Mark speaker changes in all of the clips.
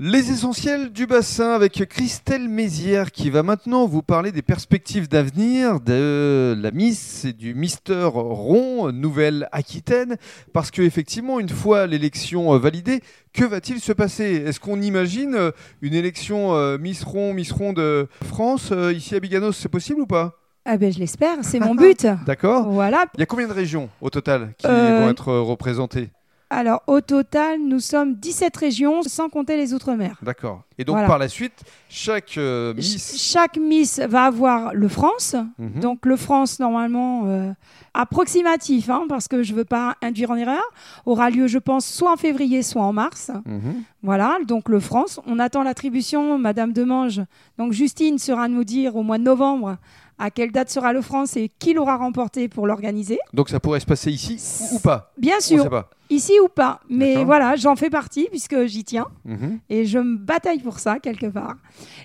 Speaker 1: Les essentiels du bassin avec Christelle Mézières qui va maintenant vous parler des perspectives d'avenir de la Miss et du Mister Rond Nouvelle-Aquitaine parce que effectivement une fois l'élection euh, validée, que va-t-il se passer Est-ce qu'on imagine euh, une élection euh, Miss Rond Miss Rond de France euh, ici à Biganos, c'est possible ou pas
Speaker 2: ah ben je l'espère, c'est mon but.
Speaker 1: D'accord.
Speaker 2: Voilà.
Speaker 1: Il y a combien de régions au total qui euh... vont être représentées
Speaker 2: alors, au total, nous sommes 17 régions, sans compter les Outre-mer.
Speaker 1: D'accord. Et donc, voilà. par la suite, chaque euh, Miss... Mmh.
Speaker 2: Ch chaque Miss va avoir le France. Mm -hmm. Donc, le France, normalement, euh, approximatif, hein, parce que je ne veux pas induire en erreur, aura lieu, je pense, soit en février, soit en mars.
Speaker 1: Mmh
Speaker 2: Mm -hmm. Voilà, donc le France. On attend l'attribution, Madame Demange. Donc, Justine sera nous dire au mois de novembre à quelle date sera le France et qui l'aura remporté pour l'organiser.
Speaker 1: Donc ça pourrait se passer ici ou pas
Speaker 2: Bien sûr.
Speaker 1: On sait pas.
Speaker 2: Ici ou pas. Mais voilà, j'en fais partie puisque j'y tiens mm -hmm. et je me bataille pour ça quelque part.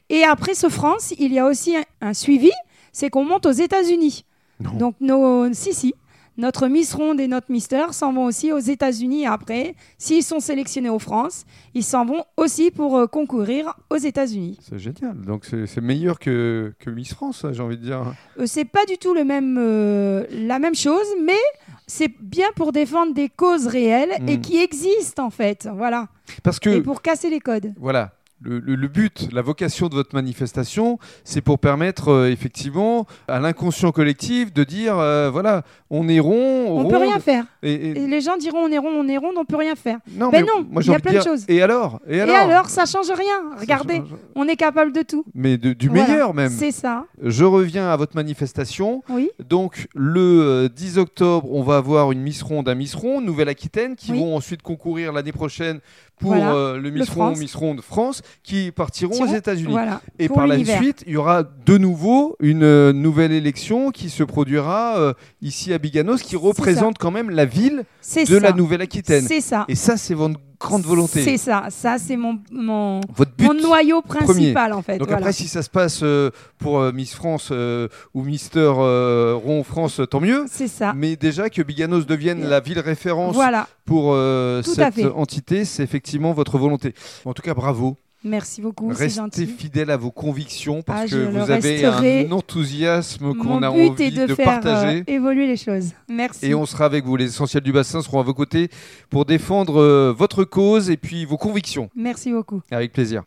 Speaker 2: Et après ce France, il y a aussi un, un suivi, c'est qu'on monte aux États-Unis. Donc nos si si notre Miss Ronde et notre Mister s'en vont aussi aux États-Unis après. S'ils sont sélectionnés en France, ils s'en vont aussi pour euh, concourir aux États-Unis.
Speaker 1: C'est génial. Donc c'est meilleur que, que, Miss France, hein, j'ai envie de dire.
Speaker 2: Euh, c'est pas du tout le même, euh, la même chose, mais c'est bien pour défendre des causes réelles mmh. et qui existent en fait. Voilà.
Speaker 1: Parce que.
Speaker 2: Et pour casser les codes.
Speaker 1: Voilà. Le, le, le, but, la vocation de votre manifestation, c'est pour permettre euh, effectivement à l'inconscient collectif de dire euh, voilà, on est rond.
Speaker 2: On
Speaker 1: ronde,
Speaker 2: peut rien faire. Et, et... et, les gens diront on est rond, on est rond, on peut rien faire. Non, ben mais non, il y a plein
Speaker 1: dire,
Speaker 2: de choses.
Speaker 1: Et alors
Speaker 2: Et alors, et alors ça change rien. Regardez, change... on est capable de tout.
Speaker 1: Mais de, du voilà. meilleur même.
Speaker 2: C'est ça.
Speaker 1: Je reviens à votre manifestation.
Speaker 2: Oui.
Speaker 1: Donc le 10 octobre, on va avoir une Miss Ronde à Miss Ronde, Nouvelle-Aquitaine, qui oui. vont ensuite concourir l'année prochaine pour voilà. euh, le Miss Ronde, Miss Ronde France qui partiront Tirons, aux États-Unis.
Speaker 2: Voilà,
Speaker 1: et par la suite, il y aura de nouveau une euh, nouvelle élection qui se produira euh, ici à Biganos, qui représente quand même la ville de
Speaker 2: ça.
Speaker 1: la Nouvelle-Aquitaine.
Speaker 2: C'est ça.
Speaker 1: Et ça, c'est votre grande volonté.
Speaker 2: C'est ça, ça c'est mon, mon,
Speaker 1: Votre but
Speaker 2: mon noyau principal premier. en fait.
Speaker 1: Donc
Speaker 2: voilà.
Speaker 1: après, si ça se passe euh, pour euh, Miss France euh, ou Mister Ron France, euh, tant mieux.
Speaker 2: C'est ça.
Speaker 1: Mais déjà que Biganos devienne yeah. la ville référence
Speaker 2: Ah. voilà.
Speaker 1: pour euh,
Speaker 2: cette
Speaker 1: entité, c'est effectivement votre volonté. En tout cas, bravo.
Speaker 2: Merci beaucoup.
Speaker 1: Restez fidèle à vos convictions parce
Speaker 2: ah,
Speaker 1: que vous avez un enthousiasme qu'on a envie
Speaker 2: est de,
Speaker 1: de
Speaker 2: faire
Speaker 1: partager.
Speaker 2: Euh, évoluer les choses. Merci.
Speaker 1: Et on sera avec vous. Les essentiels du bassin seront à vos côtés pour défendre euh, votre cause et puis vos convictions.
Speaker 2: Merci beaucoup.
Speaker 1: Avec plaisir.